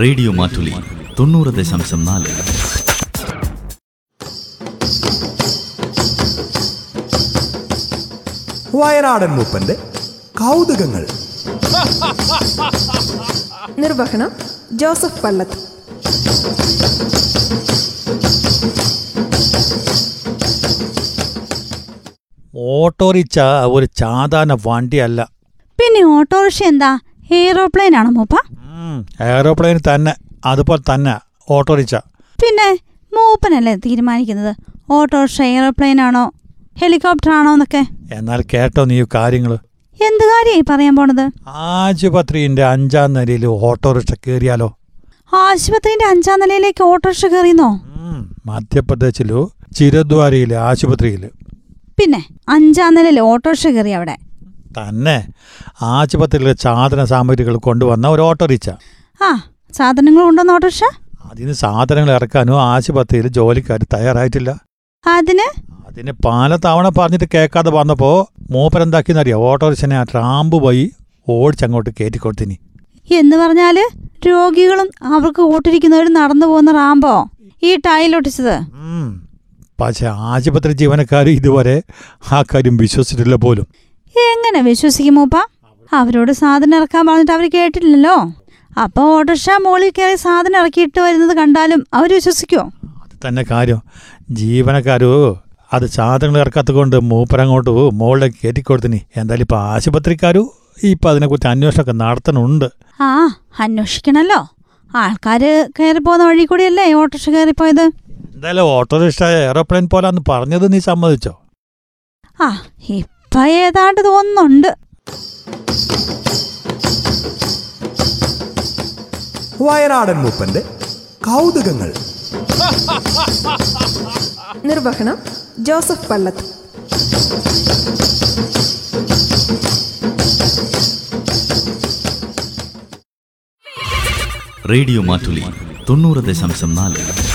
Radio Mattoli തൊണ്ണൂറ് ദശാംശം നാല് വയനാടൻ മൂപ്പന്റെ കൗതുകങ്ങൾ നിർവഹണം ജോസഫ് പള്ളത്ത് ഓട്ടോറിച്ച ഒരു സാധാരണ വണ്ടിയല്ല പിന്നെ ഓട്ടോറിക്ഷ എന്താ എയ്റോപ്ലെയിൻ ആണോ മൂപ്പ ഉം, എയറോപ്ലെയിൻ തന്നെ അതുപോലെ തന്നെ ഓട്ടോറിച്ച പിന്നെ മൂപ്പനല്ലേ തീരുമാനിക്കുന്നത് ഓട്ടോറിക്ഷ എയ്റോപ്ലെയിൻ ആണോ ഹെലികോപ്റ്റർ ആണോ എന്നൊക്കെ എന്നാൽ കേട്ടോ നീ കാര്യങ്ങൾ എന്ത് കാര്യമായി പറയാൻ പോണത് ആശുപത്രിൻ്റെ അഞ്ചാം നിലയിൽ ഓട്ടോറിക്ഷ കയറിയാലോ ആശുപത്രിന്റെ അഞ്ചാം നിലയിലേക്ക് ഓട്ടോറിക്ഷ കയറിയെന്നോ ഉം, മധ്യപ്രദേശിലോ ചിരദ്വാരയിലെ ആശുപത്രിയിൽ പിന്നെ അഞ്ചാം നിലയിൽ ഓട്ടോറിക്ഷ കയറി അവിടെ തന്നെ ആശുപത്രിയിലെ സാധന സാമഗ്രികൾ കൊണ്ടുവന്ന ഒരു ഓട്ടോറിച്ച ആ സാധനങ്ങൾ കൊണ്ടുവന്ന ഓട്ടോറിക്ഷ അതിന് സാധനങ്ങൾ ഇറക്കാനോ ആശുപത്രിയിൽ ജോലിക്കാർ തയ്യാറായിട്ടില്ല അതിന് അതിന് പല തവണ പറഞ്ഞിട്ട് കേൾക്കാതെ വന്നപ്പോൾ മൂപ്പരെന്താക്കിയെന്നറിയാം ഓട്ടോറിക്ഷനെ ആ ട്രാമ്പ് പോയി ഓടിച്ചങ്ങോട്ട് കയറ്റിക്കൊടുത്തിനി എന്ന് പറഞ്ഞാല് രോഗികളും അവർക്ക് ഓട്ടിരിക്കുന്നവരും നടന്നു പോകുന്ന റാമ്പോ ഈ ടൈലൊട്ടിച്ചത് ഉം. പക്ഷെ ആശുപത്രി ജീവനക്കാർ ഇതുവരെ ആ കാര്യം വിശ്വസിച്ചിട്ടില്ല പോലും എങ്ങനെ വിശ്വസിക്കും മൂപ്പ അവരോട് സാധനം ഇറക്കാൻ പറഞ്ഞിട്ട് അവർ കേട്ടില്ലല്ലോ അപ്പോൾ ഓട്ടോറിക്ഷ മുകളിൽ കയറി സാധനം ഇറക്കിയിട്ട് വരുന്നത് കണ്ടാലും അവർ വിശ്വസിക്കുമോ അത് തന്നെ കാര്യം ജീവനക്കാരോ അത് സാധനങ്ങൾ ഇറക്കാത്തത് കൊണ്ട് മൂപ്പരങ്ങോട്ട് മുകളിലേക്ക് കയറ്റിക്കൊടുത്തിനി എന്തായാലും ഇപ്പോൾ ആശുപത്രിക്കാരും ഇപ്പം അതിനെക്കുറിച്ച് അന്വേഷണമൊക്കെ നടത്തണുണ്ട് ആ അന്വേഷിക്കണല്ലോ ആൾക്കാർ കയറി പോകുന്ന വഴി കൂടിയല്ലേ ഈ ഓട്ടോറിക്ഷ കയറിപ്പോയത് എന്തായാലും ഓട്ടോറിക്ഷ എയറോപ്ലെയിൻ പോലാന്ന് പറഞ്ഞത് നീ സമ്മതിച്ചോ ആ ഇപ്പം ഏതാണ്ട് തോന്നുന്നുണ്ട് വയനാടൻ മൂപ്പന്റെ കൗതുകങ്ങൾ നിർവഹണം ജോസഫ് പള്ളത്ത് റേഡിയോ മാറ്റുലി തൊണ്ണൂറ് ദശാംശം നാല്